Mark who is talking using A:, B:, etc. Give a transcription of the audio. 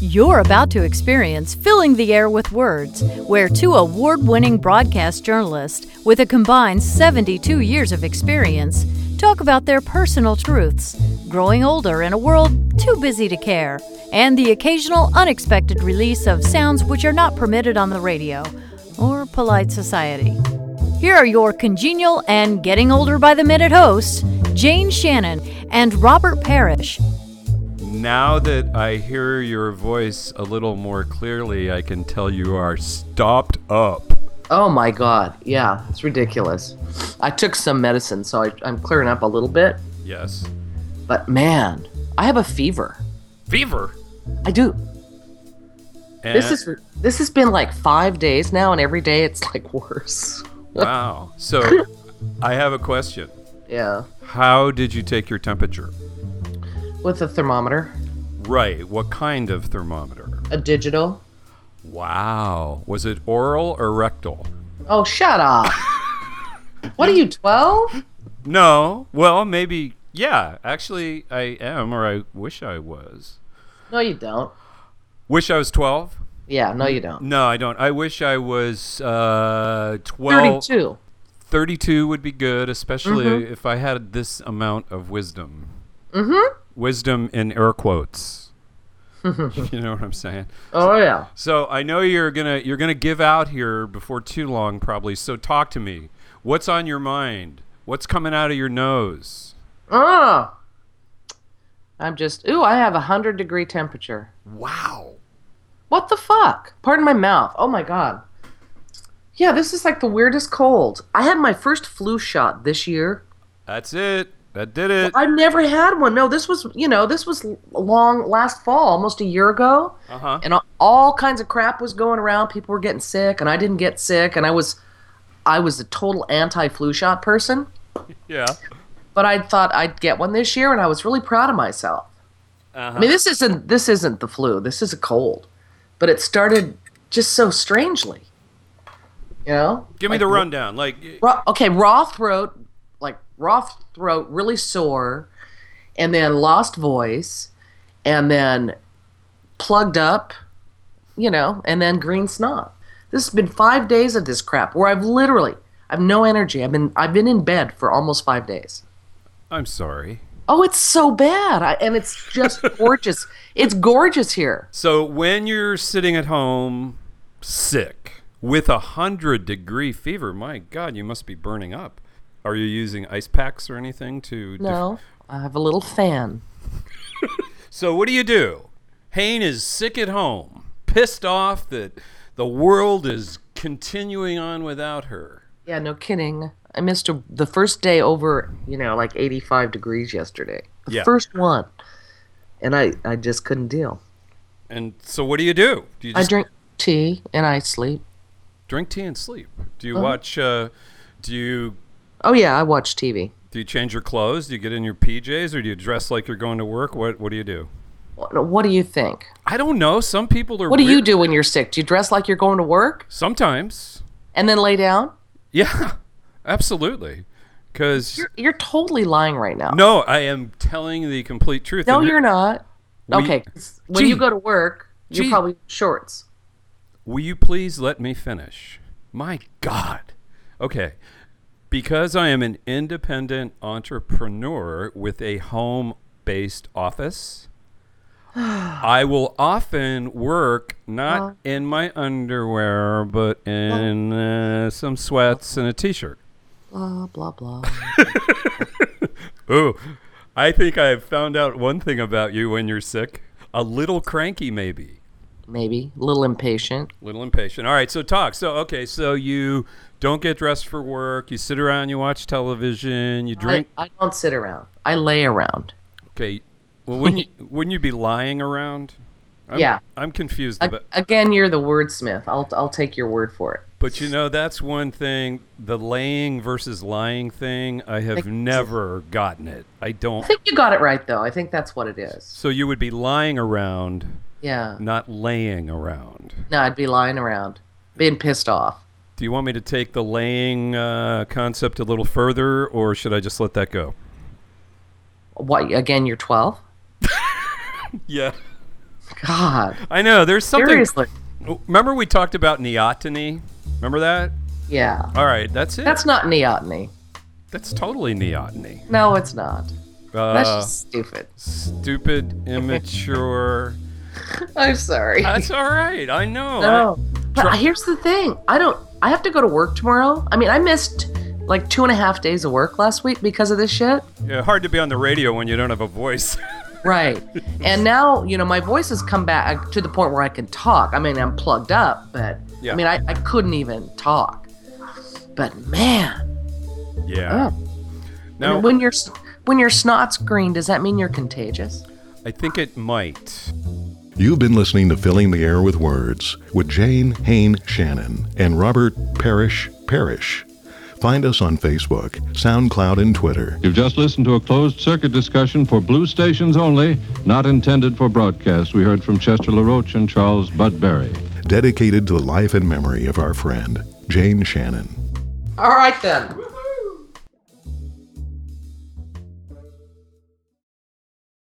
A: You're about to experience Filling the Air with Words, where two award winning broadcast journalists with a combined 72 years of experience talk about their personal truths, growing older in a world too busy to care, and the occasional unexpected release of sounds which are not permitted on the radio or polite society. Here are your congenial and getting older by the minute hosts, Jane Shannon and Robert Parrish.
B: Now that I hear your voice a little more clearly, I can tell you are stopped up.
C: Oh my god, yeah, it's ridiculous. I took some medicine, so I, I'm clearing up a little bit.
B: Yes.
C: But man, I have a fever.
B: Fever. Eh.
C: I do.
B: And,
C: This is this has been like five days now, and every day it's like worse.
B: wow. So, I have a question.
C: Yeah,
B: How did you take your temperature?
C: with a thermometer,
B: Right. What kind of thermometer?
C: a digital.
B: Wow. Was it oral or rectal?
C: Oh, shut up. what are you, twelve?
B: No. Well, maybe. Yeah. Actually, I am, or I wish I was.
C: No, you don't.
B: Wish I was 12?
C: Yeah, no, you don't.
B: No, I don't. I wish I was uh, 12.
C: Thirty-two.
B: 32 would be good, especially if I had this amount of wisdom. Mm-hmm. Wisdom in air quotes. you know what I'm saying?
C: Oh yeah.
B: So I know you're gonna you're gonna give out here before too long, probably. So talk to me. What's on your mind? What's coming out of your nose?
C: Oh. I'm just. Ooh, I have a hundred degree temperature.
B: Wow.
C: What the fuck? Pardon my mouth. Oh my god. Yeah, this is like the weirdest cold. I had my first flu shot this year.
B: That's it. That did it.
C: I've never had one. No, this was, you know, this was l- long last fall, almost a year ago.
B: Uh huh.
C: And a- all kinds of crap was going around. People were getting sick, and I didn't get sick, and I was I was a total anti-flu shot person,
B: Yeah.
C: but I thought I'd get one this year and I was really proud of myself. I
B: Uh-huh.
C: mean, this isn't this isn't the flu. This is a cold, but it started just so strangely. You know,
B: Give me the rundown. Like,
C: raw, okay, raw throat, like raw throat, really sore, and then lost voice, and then plugged up, you know, and then green snot. This has been five days of this crap where I've literally I've no energy. I've been I've been in bed for almost five days.
B: I'm sorry.
C: Oh, it's so bad, I, and it's just gorgeous. It's gorgeous here.
B: So when you're sitting at home, sick with a hundred degree fever, my God, you must be burning up. Are you using ice packs or anything to? def-
C: No, I have a little fan.
B: So what do you do? Hain is sick at home, pissed off that the world is continuing on without her.
C: Yeah, no kidding. I missed a, the first day over, you know, like 85 degrees yesterday. The
B: Yeah.
C: first one. And I, I just couldn't deal.
B: And so what do you do? Do you
C: I
B: just
C: drink tea and I sleep.
B: drink tea and sleep? Do you
C: Uh-huh.
B: watch? Uh, do you
C: Oh, yeah, I watch TV.
B: do you change your clothes? Do you get in your PJs, or do you dress like you're going to work? What What do you do?
C: What, what do you think?
B: I don't know. Some people are.
C: What do you
B: weird-
C: do when you're sick? Do you dress like you're going to work
B: Sometimes.
C: and then lay down?
B: Yeah, absolutely. Because
C: You're, you're totally lying right now.
B: no, I am telling the complete truth.
C: No,
B: and-
C: you're not.
B: We-
C: okay. 'cause When you
B: Gee.
C: go to work, you're
B: Gee.
C: probably in shorts.
B: Will you please let me finish? My God. Okay. Because I am an independent entrepreneur with a home based office, I will often work not in my underwear, but in uh, some sweats and a t shirt.
C: Blah, blah, blah.
B: Ooh, I think I have found out one thing about you when you're sick. A little cranky, maybe.
C: Maybe. A little impatient.
B: little impatient. All right, so talk. So, okay, so you don't get dressed for work. You sit around, you watch television, you
C: I,
B: drink.
C: I don't sit around, I lay around.
B: Okay, well, wouldn't you, wouldn't you be lying around? I'm,
C: Yeah.
B: I'm confused
C: Ag-
B: about
C: Again, you're the wordsmith. I'll I'll take your word for it.
B: But you know, that's one thing the laying versus lying thing. I have never gotten it. I don't.
C: I think you got it right though. I think that's what it is.
B: So, you would be lying around,
C: Yeah.
B: not laying around.
C: No, I'd be lying around, being pissed off.
B: Do you want me to take the laying uh, concept a little further, or should I just let that go?
C: What? Again, you're 12.
B: Yeah.
C: God,
B: I know. There's something. Oh,
C: seriously.
B: Remember we talked about neoteny? Remember that?
C: Yeah,
B: All right, that's it.
C: that's not neoteny.
B: That's totally neoteny.
C: No, it's not.
B: Uh,
C: That's just stupid.
B: stupid, immature.
C: I'm sorry.
B: that's all right. I know.
C: No.
B: Try-
C: But here's the thing. I don't I have to go to work tomorrow. I mean I missed like two and a half days of work last week because of this shit.
B: I- yeah, hard to be on the radio when you don't have a voice.
C: Right. and now, you know, my voice has come back uh, to the point where I can talk. I mean I'm plugged up, but
B: Yeah.
C: I mean I, I couldn't even talk. But man,
B: yeah. No,
C: Oh. when you're when your snot's green, does that mean you're contagious?
B: I think it might.
D: You've been listening to Filling the Air with Words with Jane Hain Shannon and Robert Parrish Parrish. Find us on Facebook, SoundCloud, and Twitter.
E: You've just listened to a closed circuit discussion for blue stations only, not intended for broadcast. We heard from Chester LaRoche and Charles Budberry.
D: dedicated to the life and memory of our friend, Jane Shannon.
C: All right then.